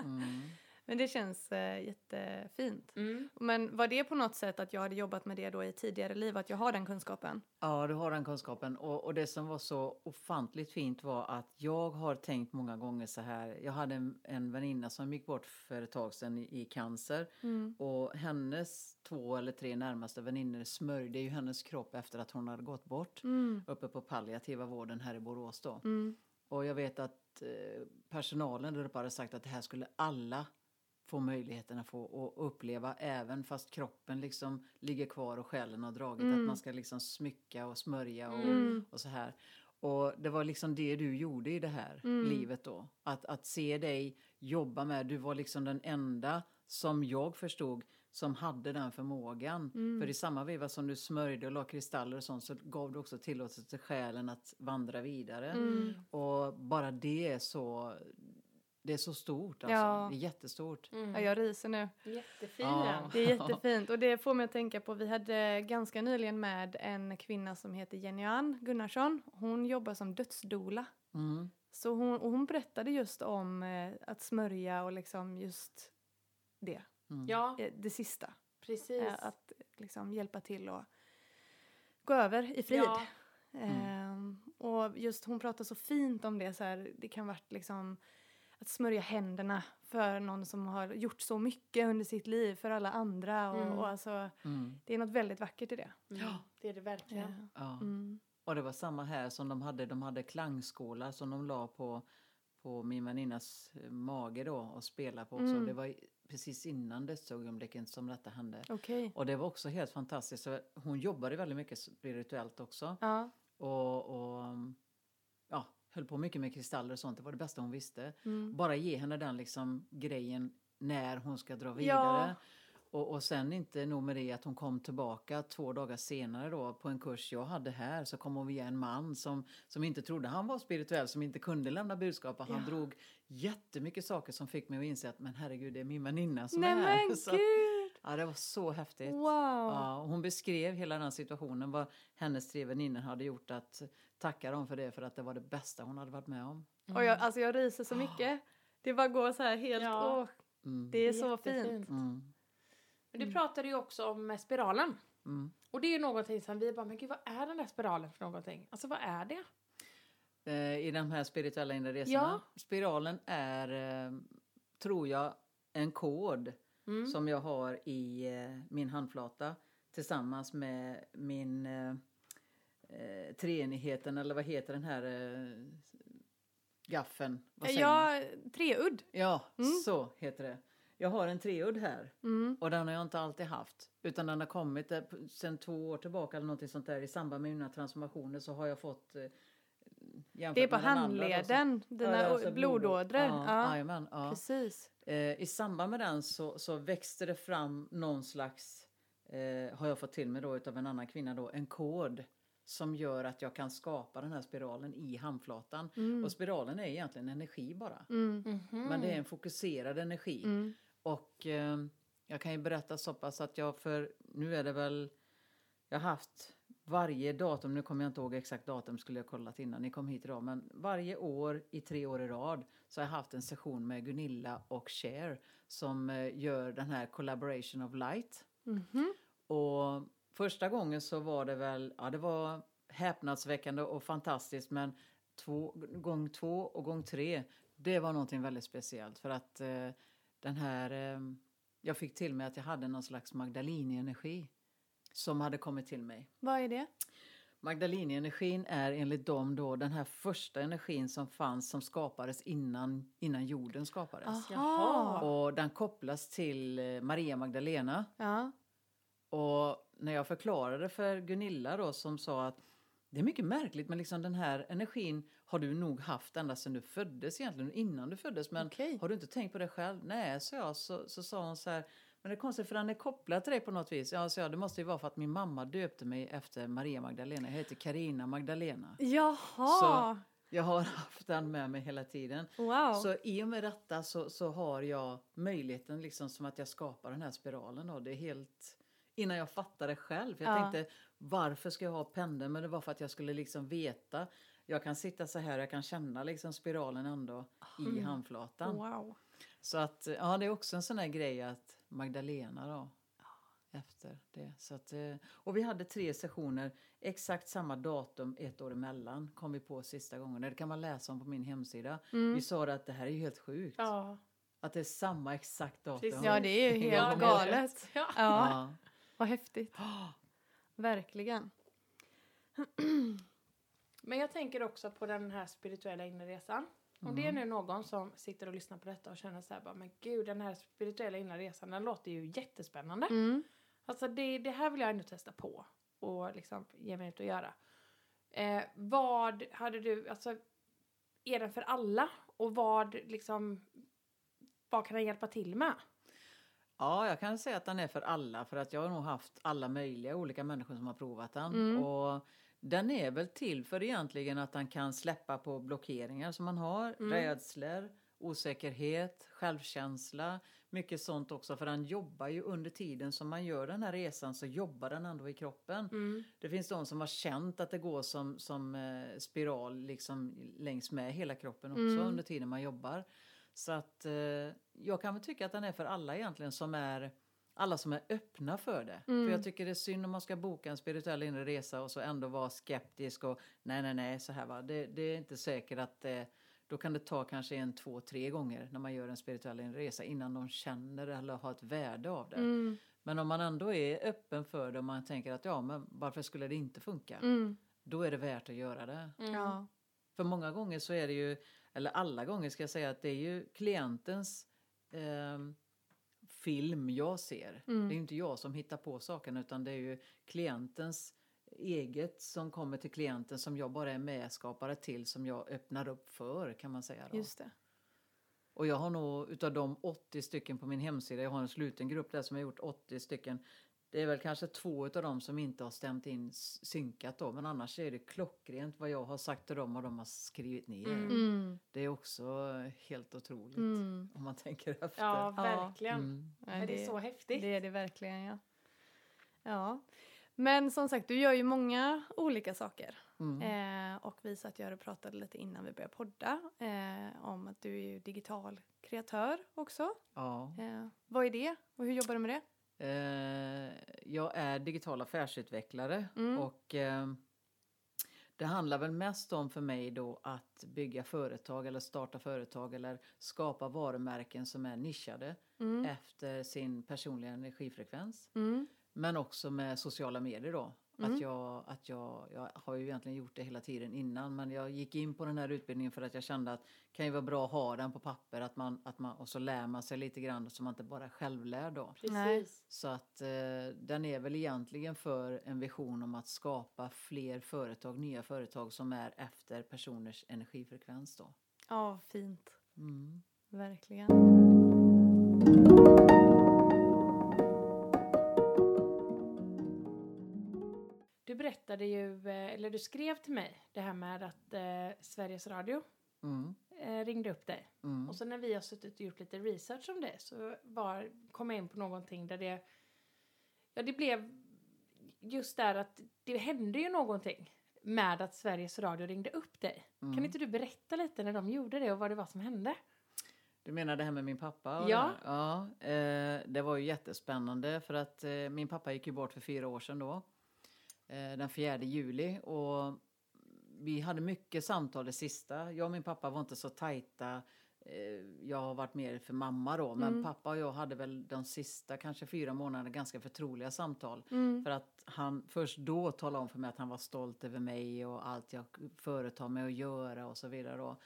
S3: Mm.
S1: Men det känns eh, jättefint.
S2: Mm.
S1: Men var det på något sätt att jag hade jobbat med det då i tidigare liv, att jag har den kunskapen?
S3: Ja, du har den kunskapen. Och, och det som var så ofantligt fint var att jag har tänkt många gånger så här. Jag hade en, en väninna som gick bort för ett tag sedan i, i cancer.
S1: Mm.
S3: Och hennes två eller tre närmaste väninnor smörjde ju hennes kropp efter att hon hade gått bort.
S1: Mm.
S3: Uppe på palliativa vården här i Borås då.
S1: Mm.
S3: Och jag vet att eh, personalen där uppe hade sagt att det här skulle alla få möjligheten att få och uppleva även fast kroppen liksom ligger kvar och själen har dragit.
S1: Mm.
S3: Att man ska liksom smycka och smörja och,
S1: Mm.
S3: och så här. Och det var liksom det du gjorde i det här
S1: Mm.
S3: livet då. Att, att se dig jobba med, du var liksom den enda som jag förstod som hade den förmågan.
S1: Mm.
S3: För i samma veva som du smörjde och la kristaller och sånt så gav du också tillåtelse till själen att vandra vidare.
S1: Mm.
S3: Och bara det är så, det är så stort alltså.
S1: Ja.
S3: Det är jättestort.
S1: Ja,
S2: Mm.
S1: jag ryser nu.
S2: Jättefin.
S3: Ja.
S1: Det är jättefint och det får mig att tänka på, vi hade ganska nyligen med en kvinna som heter Jenny Ann Gunnarsson. Hon jobbar som dödsdoula.
S3: Mm.
S1: Så hon, och hon berättade just om eh, att smörja och liksom just det,
S3: Mm.
S2: Ja,
S1: eh, det sista.
S2: precis.
S1: Eh, att liksom hjälpa till och gå över i frid.
S2: Ja.
S1: Ehm, och just hon pratar så fint om det så här, det kan varit liksom att smörja händerna för någon som har gjort så mycket under sitt liv för alla andra och,
S2: Mm.
S1: och alltså
S3: Mm.
S1: det är något väldigt vackert i det.
S2: Mm. Det är det verkligen.
S3: Ja.
S1: Mm.
S3: Och det var samma här som de hade, de hade klangskålar som de la på, på min väninnas eh, mage då och spelade på också.
S1: Mm.
S3: Det var i- precis innan dödsögonblicket som detta hände.
S1: Okej.
S3: Och det var också helt fantastiskt. Så Hon jobbade väldigt mycket spirituellt också.
S1: Ja.
S3: Och, och ja, höll på mycket med kristaller och sånt. Det var det bästa hon visste.
S1: Mm.
S3: Bara ge henne den liksom grejen när hon ska dra vidare. Och, och sen inte nog med det att hon kom tillbaka två dagar senare då på en kurs jag hade här så kom hon via en man som, som inte trodde han var spirituell, som inte kunde lämna budskap och han
S1: Ja.
S3: drog jättemycket saker som fick mig att inse att men herregud det är min väninna som
S1: Nej
S3: är här.
S1: men
S3: Så,
S1: gud!
S3: ja, det var så häftigt.
S1: Wow!
S3: Ja, och hon beskrev hela den situationen, vad hennes tre väninnor hade gjort, att tacka dem för det för att det var det bästa hon hade varit med om.
S1: Och jag, alltså jag ryser så
S3: Ah.
S1: mycket. Det bara går så här helt,
S2: Ja.
S1: åh,
S3: Mm.
S1: det är så
S2: Jättefint.
S1: fint.
S3: Mm.
S2: Men Du pratade ju också om eh, spiralen.
S3: Mm.
S2: Och det är ju någonting som vi bara, men gud vad är den där spiralen för någonting? Alltså vad är det?
S3: eh, i de här spirituella inre resorna. Spiralen är, eh, tror jag, en kod
S2: Mm.
S3: som jag har i eh, min handflata tillsammans med min eh, eh, treenigheten, eller vad heter den här eh, gaffen? Vad säger man?
S1: Eh, Ja, treudd.
S3: ja
S1: Mm.
S3: så heter det. Jag har en treudd här.
S1: Mm.
S3: Och den har jag inte alltid haft. Utan den har kommit eh, p- sen två år tillbaka eller någonting sånt där. I samband med mina transformationer så har jag fått... eh, jämfört
S1: Det är på
S3: med den andra då, så-
S1: handleden, dina
S3: Ja, det är
S1: o-
S3: alltså
S1: blodådror.
S3: Ja,
S1: Ja,
S3: jajamän, ja.
S1: precis.
S3: Eh, I samband med den så, så växte det fram någon slags, eh, har jag fått till mig då utav en annan kvinna då, en kod som gör att jag kan skapa den här spiralen i handflatan.
S1: Mm.
S3: Och spiralen är egentligen energi bara.
S1: Mm.
S2: Mhm.
S3: Men det är en fokuserad energi.
S1: Mm.
S3: Och eh, jag kan ju berätta så pass att jag för nu är det väl jag har haft varje datum, nu kommer jag inte ihåg exakt datum skulle jag kollat innan ni kom hit idag, men varje år i tre år i rad så har jag haft en session med Gunilla och Cher som eh, gör den här Collaboration of Light.
S1: Mhm.
S3: Och första gången så var det väl, ja det var häpnadsväckande och fantastiskt men två, gång två och gång tre, det var någonting väldigt speciellt för att eh, den här, eh, jag fick till mig att jag hade någon slags Magdalini-energi som hade kommit till mig.
S1: Vad är det?
S3: Magdalini-energin är enligt dem då den här första energin som fanns som skapades innan, innan jorden skapades.
S2: Jaha.
S3: Och den kopplas till eh, Maria Magdalena
S1: Ja.
S3: och när jag förklarade för Gunilla då som sa att det är mycket märkligt men liksom den här energin har du nog haft ända sedan du föddes egentligen innan du föddes men
S1: Okej.
S3: har du inte tänkt på det själv? Nej, så jag. Så, så sa hon så här men det är konstigt för den är kopplad till dig på något vis. Ja, så jag, det måste ju vara för att min mamma döpte mig efter Maria Magdalena. Jag heter Karina Magdalena.
S1: Jaha!
S3: Jag har (laughs) haft den med mig hela tiden.
S1: Wow.
S3: Så i och med detta så, så har jag möjligheten liksom som att jag skapar den här spiralen då. Det är helt innan jag fattade själv. Jag
S1: Ja.
S3: tänkte varför ska jag ha pendeln? Men det var för att jag skulle liksom veta. Jag kan sitta så här, jag kan känna liksom spiralen ändå i
S2: Mm.
S3: handflatan.
S1: wow.
S3: Så att ja, det är också en sån här grej att Magdalena då efter det. Så att, eh, och vi hade tre sessioner, exakt samma datum ett år emellan kom vi på sista gången. Det kan man läsa om på min hemsida.
S1: Mm.
S3: Vi sa det att det här är ju helt sjukt.
S2: Ja.
S3: Att det är samma exakt datum.
S2: Precis.
S1: Ja, det är ju
S3: Ja,
S1: helt
S3: det är det.
S1: galet.
S2: Ja.
S1: Ja,
S3: Ja.
S1: vad häftigt. Verkligen.
S2: Men jag tänker också på den här spirituella inre resan. Om
S3: Mm.
S1: Mm.
S2: det är nu någon som sitter och lyssnar på detta och känner så här bara, men gud den här spirituella inre resan den låter ju jättespännande.
S1: Mm.
S2: Alltså det, det här vill jag ändå testa på och liksom ge mig ut och göra. Eh, vad hade du, alltså är den för alla? Och vad liksom, vad kan den hjälpa till med?
S3: Ja, jag kan säga att den är för alla för att jag har nog haft alla möjliga olika människor som har provat den.
S1: Mm.
S3: Och den är väl till för egentligen att den kan släppa på blockeringar som man har,
S2: Mm.
S3: rädslor, osäkerhet, självkänsla, mycket sånt också för den jobbar ju under tiden som man gör den här resan så jobbar den ändå i kroppen. Det finns de som har känt att det går som, som eh, spiral liksom längs med hela kroppen också
S1: Mm.
S3: under tiden man jobbar. Så att eh, jag kan väl tycka att den är för alla egentligen som är alla som är öppna för det.
S1: Mm.
S3: För jag tycker det är synd om man ska boka en spirituell inre resa och så ändå vara skeptisk och nej, nej, nej, så här va. Det, det är inte säkert att eh, då kan det ta kanske en, två, tre gånger när man gör en spirituell inre resa innan de känner eller har ett värde av det.
S1: Mm.
S3: Men om man ändå är öppen för det och man tänker att ja, men varför skulle det inte funka?
S1: Mm.
S3: Då är det värt att göra det.
S1: Ja.
S3: För många gånger så är det ju, eller alla gånger ska jag säga att det är ju klientens ehm, film jag ser.
S1: Mm.
S3: Det är ju inte jag som hittar på saken utan det är ju klientens eget som kommer till klienten som jag bara är medskapare till som jag öppnar upp för kan man säga. Då.
S1: Just det.
S3: Och jag har nog utav de 80 stycken på min hemsida, jag har en sluten grupp där som har gjort 80 stycken. Det är väl kanske två utav dem som inte har stämt in s- synkat då, men annars är det klockrent vad jag har sagt till dem och de har skrivit ner.
S2: Mm.
S1: Mm.
S3: Det är också helt otroligt
S1: Mm.
S3: om man tänker efter.
S2: ja,
S1: Ja.
S2: verkligen.
S3: Mm.
S1: Ja,
S2: Men det, är så häftigt.
S1: Det är det verkligen, ja. Ja. Men som sagt, du gör ju många olika saker.
S3: Mm.
S1: Eh, och vi satt ju här och pratade lite innan vi började podda eh, om att du är ju digital kreatör också.
S3: Ja.
S1: Eh, vad är det och hur jobbar du med det?
S3: Eh, jag är digital affärsutvecklare
S1: Mm.
S3: och eh, det handlar väl mest om för mig då att bygga företag eller starta företag eller skapa varumärken som är nischade
S1: Mm.
S3: eh, efter sin personliga energifrekvens.
S1: Mm.
S3: Men också med sociala medier då.
S1: Mm.
S3: Att jag, att jag, jag har ju egentligen gjort det hela tiden innan men jag gick in på den här utbildningen för att jag kände att det kan ju vara bra att ha den på papper att man, att man, och så lär man sig lite grann så man inte bara självlär då.
S1: Nej.
S2: Precis.
S3: Så att eh, den är väl egentligen för en vision om att skapa fler företag, nya företag som är efter personers energifrekvens då.
S1: Ja, fint.
S3: Mm.
S1: Verkligen.
S2: Du berättade ju, eh, eller du skrev till mig det här med att eh, Sveriges Radio
S3: Mm.
S2: eh, ringde upp dig.
S3: Mm.
S2: Och så när vi har suttit och gjort lite research om det så var, kom jag in på någonting där det... Ja, det blev just där att det hände ju någonting med att Sveriges Radio ringde upp dig. Kan
S3: Mm.
S2: inte du berätta lite när de gjorde det och vad det var som hände?
S3: Du menar det här med min pappa? och
S2: Ja.
S3: det här? ja eh, det var ju jättespännande för att eh, min pappa gick ju bort för fyra år sedan då. Eh, den 4 juli och vi hade mycket samtal det sista. Jag och min pappa var inte så tajta. Eh, jag har varit mer för mamma då men
S1: Mm.
S3: pappa och jag hade väl de sista kanske fyra månaderna ganska förtroliga samtal.
S1: Mm.
S3: För att han först då talade om för mig att han var stolt över mig och allt jag företar mig att göra och så vidare. Då.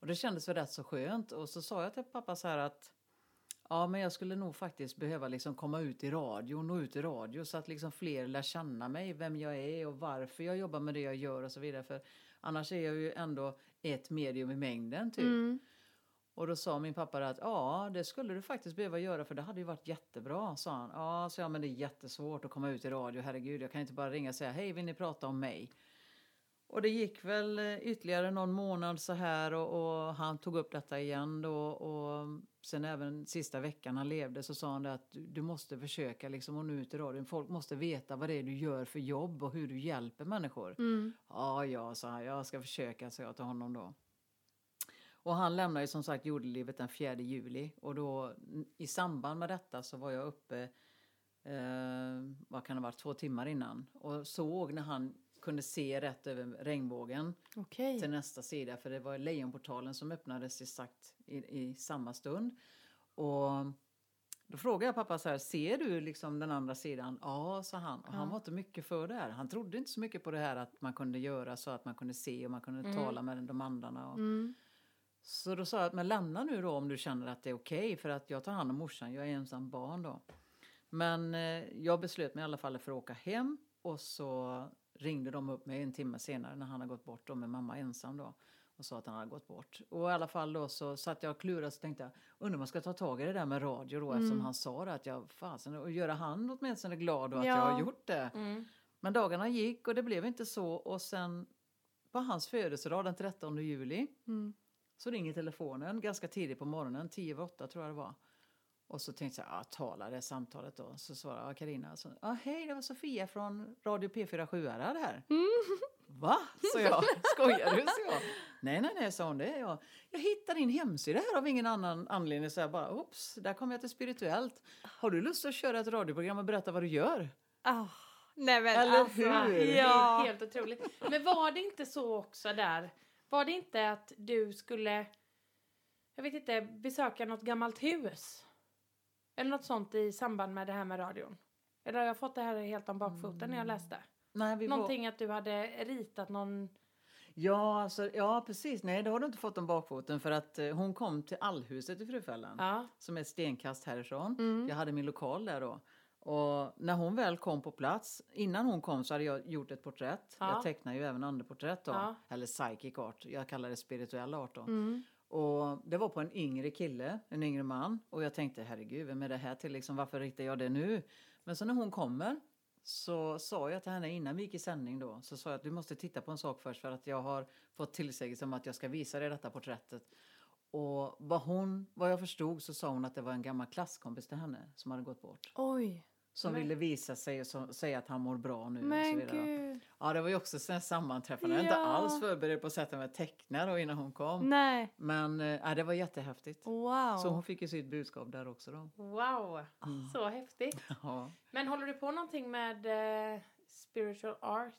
S3: Och det kändes väl rätt så skönt. Och så sa jag till pappa så här att ja, men jag skulle nog faktiskt behöva liksom komma ut i radio, nå ut i radio så att liksom fler lär känna mig, vem jag är och varför jag jobbar med det jag gör och så vidare. För annars är jag ju ändå ett medium i mängden typ.
S1: Mm.
S3: Och då sa min pappa att ja, det skulle du faktiskt behöva göra för det hade ju varit jättebra, sa han. Ja, så ja, men det är jättesvårt att komma ut i radio, herregud, jag kan inte bara ringa och säga hej, vill ni prata om mig? Och det gick väl eh, ytterligare någon månad så här och, och han tog upp detta igen då och sen även sista veckan han levde så sa han det att du, du måste försöka liksom och nu ut i radion. Folk måste veta vad det är du gör för jobb och hur du hjälper människor.
S1: Mm.
S3: Ja, ja, sa han. Jag ska försöka, sa jag till honom då. Och han lämnade ju som sagt jordelivet den 4 juli. Och då n- i samband med detta så var jag uppe, eh, vad kan det ha varit, två timmar innan. Och såg när han kunde se rätt över regnbågen
S1: Okej.
S3: till nästa sida. För det var Lejonportalen som öppnades exakt i, i samma stund. Och då frågade jag pappa så här, ser du liksom den andra sidan? Ja, sa han. Och han
S1: Ja.
S3: var inte mycket för det här. Han trodde inte så mycket på det här att man kunde göra så att man kunde se och man kunde
S2: Mm.
S3: tala med de andarna. Och...
S1: Mm.
S3: Så då sa jag att men lämna nu då om du känner att det är okej för att jag tar hand om morsan, jag är ensam barn då. Men eh, jag beslöt mig i alla fall för att åka hem och så ringde de upp mig en timme senare när han hade gått bort då med mamma ensam då och sa att han hade gått bort. Och i alla fall då så satt jag och klurade och så tänkte jag undrar om jag ska ta tag i det där med radio då eftersom
S1: Mm.
S3: han sa det att jag fasen och göra han åtminstone glad då att
S1: Ja.
S3: jag har gjort det.
S2: Mm.
S3: Men dagarna gick och det blev inte så och sen på hans födelsedag den 13 juli
S1: Mm.
S3: så ringer telefonen ganska tidigt på morgonen, 10 över 8 tror jag det var. Och så tänkte jag, ja, tala det samtalet då. Så svarade jag Carina, så, ja, hej det var Sofia från Radio P4 Sjuhärad här. Va? Så jag, Mm. (laughs) skojar du? Så jag. Nej, nej, nej, sa hon, det är jag. Jag hittar din hemsida här av ingen annan anledning. Så jag bara, oops, där kom jag till spirituellt. Har du lust att köra ett radioprogram och berätta vad du gör?
S1: Ah, nej men
S3: Eller
S1: alltså.
S3: hur?
S2: Det är
S1: Ja.
S2: helt otroligt. Men var det inte så också där? Var det inte att du skulle, jag vet inte, besöka något gammalt hus? Eller något sånt i samband med det här med radion? Eller har jag fått det här helt om bakfoten när jag läste?
S3: Nej, vi var,
S2: Någonting att du hade ritat någon...
S3: Ja, alltså, ja, precis. Nej, det har du inte fått om bakfoten för att eh, hon kom till Allhuset i Frufällan.
S2: Ja.
S3: som är ett stenkast härifrån.
S1: Mm.
S3: Jag hade min lokal där då. Och när hon väl kom på plats, innan hon kom så hade jag gjort ett porträtt.
S2: Ja.
S3: Jag tecknar ju även andeporträtt då,
S2: Ja.
S3: eller psychic art. Jag kallar det spirituell art då.
S1: Mm.
S3: Och det var på en yngre kille, en yngre man. Och jag tänkte, herregud, vem är det här till liksom? Varför riktar jag det nu? Men så när hon kommer så sa jag till henne innan vi gick i sändning då, så sa jag att du måste titta på en sak först för att jag har fått tillsägelse om att jag ska visa dig detta porträttet. Och vad hon, vad jag förstod så sa hon att det var en gammal klasskompis till henne som hade gått bort.
S1: Oj.
S3: Som
S2: Men-
S3: ville visa sig och som, säga att han mår bra nu och så
S1: Men
S3: vidare.
S1: gud.
S3: Ja, det var ju också ett sammanträffande. Jag var
S1: Ja.
S3: inte alls förberedd på att sätta mig och teckna då innan hon kom.
S1: Nej.
S3: Men eh, ja, det var jättehäftigt.
S1: Wow.
S3: Så hon fick ju sitt budskap där också då.
S2: Wow, så häftigt.
S3: (laughs) Ja,
S2: Men håller du på någonting med eh, spiritual art?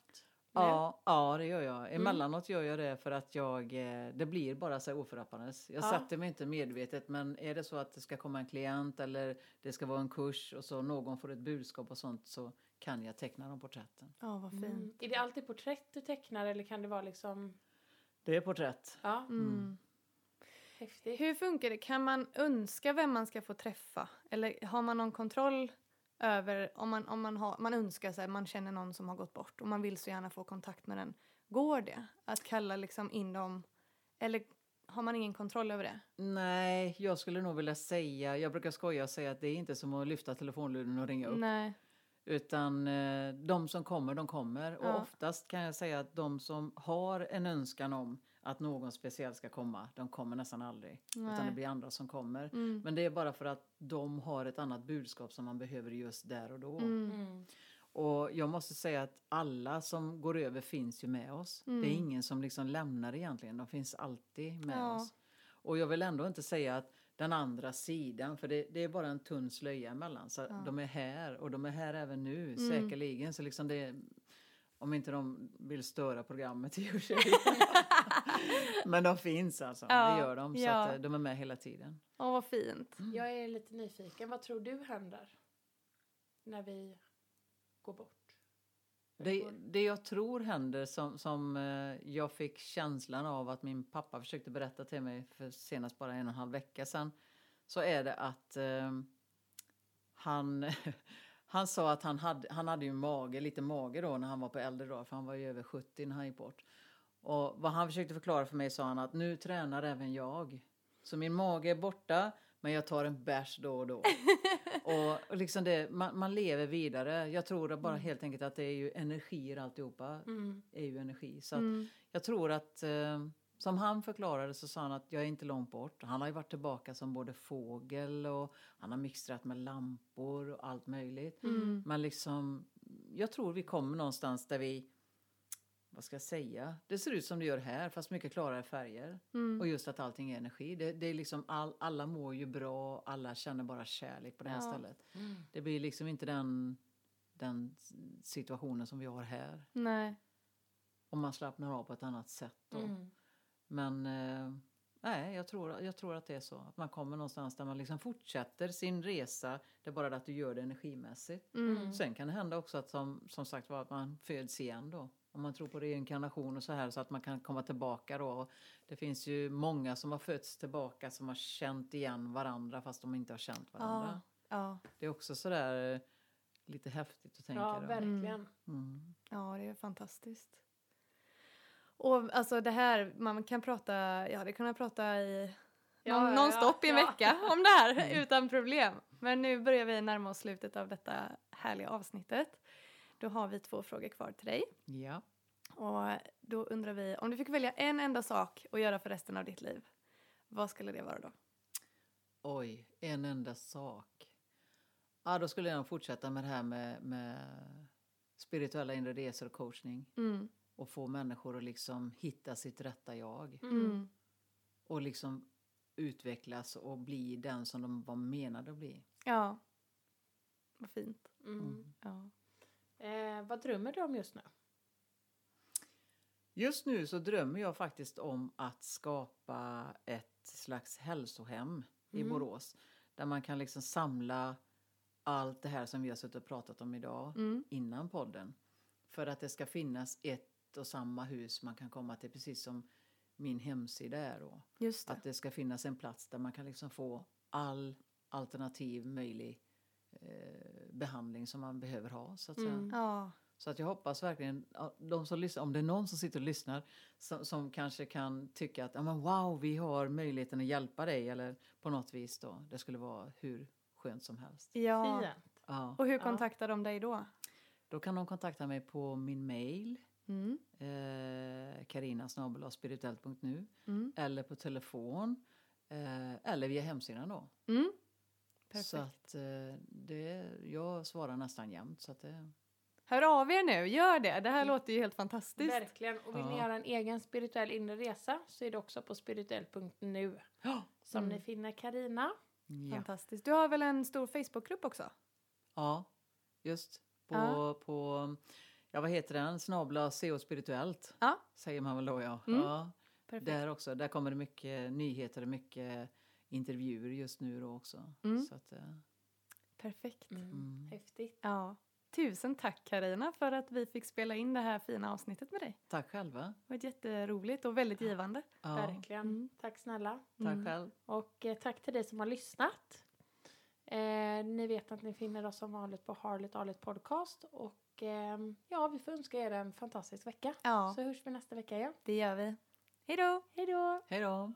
S2: nu?
S3: ja, Mm. ja det gör jag. Emellanåt gör jag det för att jag, eh, det blir bara så här oförrappandes. Jag
S2: Ja.
S3: sätter mig inte medvetet men är det så att det ska komma en klient eller det ska vara en kurs och så någon får ett budskap och sånt så kan jag teckna de porträtten.
S1: Ja, vad fint.
S2: Mm. Är det alltid porträtt du tecknar eller kan det vara liksom...
S3: Det är porträtt.
S2: Ja,
S1: Mm.
S2: häftigt.
S1: Hur funkar det? Kan man önska vem man ska få träffa? Eller har man någon kontroll över om man, om man, har, man önskar sig, man känner någon som har gått bort och man vill så gärna få kontakt med den. Går det att kalla liksom in dem? Eller har man ingen kontroll över det?
S3: Nej, jag skulle nog vilja säga, jag brukar skoja och säga att det är inte som att lyfta telefonluren och ringa upp.
S1: Nej.
S3: Utan eh, de som kommer, de kommer. Och
S1: Ja.
S3: oftast kan jag säga att de som har en önskan om att någon speciell ska komma, de kommer nästan aldrig. Utan
S1: Nej.
S3: det blir andra som kommer.
S1: Mm.
S3: Men det är bara för att de har ett annat budskap som man behöver just där och då.
S1: Mm.
S2: Mm.
S3: Och jag måste säga att alla som går över finns ju med oss. Det är
S1: Mm.
S3: ingen som liksom lämnar egentligen, de finns alltid med
S1: Ja.
S3: oss. Och jag vill ändå inte säga att den andra sidan, för det, det är bara en tunn slöja emellan. Så
S1: Ja.
S3: de är här och de är här även nu
S1: Mm.
S3: säkerligen. Så liksom det, om inte de vill störa programmet i och
S1: (laughs)
S3: för sig. Men de finns alltså,
S1: Ja,
S3: det gör de. Så
S1: ja.
S3: att eh, de är med hela tiden.
S1: Åh, vad fint.
S2: Jag är lite nyfiken. Vad tror du händer när vi går bort?
S3: Det, det jag tror händer, som, som eh, jag fick känslan av att min pappa försökte berätta till mig för senast bara en och en halv vecka sedan, så är det att eh, han, (laughs) han sa att han hade, han hade ju mage, lite mage då när han var på äldre dagar, för han var ju över 70 när han gick bort. Och vad han försökte förklara för mig sa han att nu tränar även jag. Så min mage är borta, men jag tar en bärs då och då. Och, och liksom det, man, man lever vidare. Jag tror att bara helt enkelt att det är ju energier alltihopa.
S2: Mm.
S3: är ju energi. Så att
S1: Mm.
S3: jag tror att, eh, som han förklarade så sa han att jag är inte långt bort. Han har ju varit tillbaka som både fågel och han har mixtrat med lampor och allt möjligt.
S1: Mm.
S3: Men liksom, jag tror vi kommer någonstans där vi, vad ska jag säga, det ser ut som det gör här fast mycket klarare färger.
S1: Mm.
S3: Och just att allting är energi. Det, det är liksom all, alla mår ju bra, alla känner bara kärlek på det här
S1: Ja.
S3: stället. Det blir liksom inte den, den situationen som vi har här.
S1: Nej.
S3: Om man slappnar av på ett annat sätt. Och,
S2: Mm.
S3: Men eh, nej, jag tror, jag tror att det är så. Att man kommer någonstans där man liksom fortsätter sin resa. Det är bara det att du gör det energimässigt.
S1: Mm.
S3: Sen kan det hända också att som, som sagt var att man föds igen då. Om man tror på reinkarnation och så här så att man kan komma tillbaka då. Och Det finns ju många som har fötts tillbaka som har känt igen varandra fast de inte har känt varandra.
S1: Ja. Ja.
S3: Det är också sådär eh, lite häftigt att tänka.
S2: Ja,
S3: då.
S2: verkligen.
S3: Mm.
S1: Ja, det är fantastiskt. Och alltså det här, man kan prata, jag hade kunnat prata i
S2: Ja,
S1: non-
S2: ja,
S1: nonstop i en
S2: ja.
S1: vecka om det här utan problem. Men nu börjar vi närma oss slutet av detta härliga avsnittet. Då har vi två frågor kvar till dig.
S3: Ja.
S1: Och då undrar vi, om du fick välja en enda sak att göra för resten av ditt liv, vad skulle det vara då?
S3: Oj, en enda sak. Ja, då skulle jag nog fortsätta med det här med, med spirituella inre resor och coachning
S1: Mm,
S3: och få människor att liksom hitta sitt rätta jag
S2: Mm.
S1: mm,
S3: och liksom utvecklas och bli den som de var menade att bli.
S1: ja. Vad fint.
S2: Mm.
S1: Ja.
S2: Eh, vad drömmer du om just nu?
S3: Just nu så drömmer jag faktiskt om att skapa ett slags hälsohem i
S2: Mm.
S3: Borås där man kan liksom samla allt det här som vi har suttit och pratat om idag
S1: Mm,
S3: innan podden. För att det ska finnas ett och samma hus man kan komma till, precis som min hemsida är. Då.
S1: just det.
S3: Att det ska finnas en plats där man kan liksom få all alternativ möjlig eh, behandling som man behöver ha. Så att, säga.
S2: Mm.
S1: Ja.
S3: så att jag hoppas verkligen, ja, de som lyssnar, om det är någon som sitter och lyssnar som, som kanske kan tycka att ja, men wow, vi har möjligheten att hjälpa dig eller på något vis då. Det skulle vara hur skönt som helst.
S1: ja.
S2: Fia.
S3: Ja.
S1: Och hur
S2: Ja.
S1: kontaktar de dig då?
S3: Då kan de kontakta mig på min mail eh,
S1: Mm.
S3: karinasnabelavspirituellt.nu
S1: Mm.
S3: eller på telefon eh, eller via hemsidan då.
S1: Mm. Perfekt.
S3: Så att eh, det, jag svarar nästan jämt. Så att det,
S1: Hör av er nu, gör det. Det här låter ju helt fantastiskt.
S2: Verkligen. Och vill ni
S3: Ja.
S2: göra en egen spirituell inre resa så är det också på spirituell.nu som
S1: Mm.
S2: ni finner Karina.
S3: ja.
S1: Fantastiskt. Du har väl en stor Facebookgrupp också?
S3: ja, just på,
S1: Ja.
S3: på ja, vad heter den? Snabla CO spirituellt
S1: Ja.
S3: säger man väl då ja.
S1: Mm.
S3: ja.
S1: Perfekt.
S3: Där också, där kommer det mycket nyheter och mycket intervjuer just nu då också.
S1: Mm.
S3: Så att, eh,
S1: Perfekt.
S3: mm.
S2: Häftigt.
S1: Ja. Tusen tack Karina för att vi fick spela in det här fina avsnittet med dig.
S3: Tack själva.
S1: Det var jätteroligt och väldigt givande.
S3: Ja,
S2: Verkligen.
S1: Mm.
S2: Tack snälla.
S3: Tack
S1: Mm.
S3: själv.
S2: Och eh, tack till dig som har lyssnat. Eh, ni vet att ni finner oss som vanligt på Harlet Arlet Podcast. Och ehm, ja, vi får önska er en fantastisk vecka.
S1: Ja,
S2: Så hörs vi nästa vecka igen.
S1: det gör vi. Hej då!
S2: Hej då!
S3: Hej då.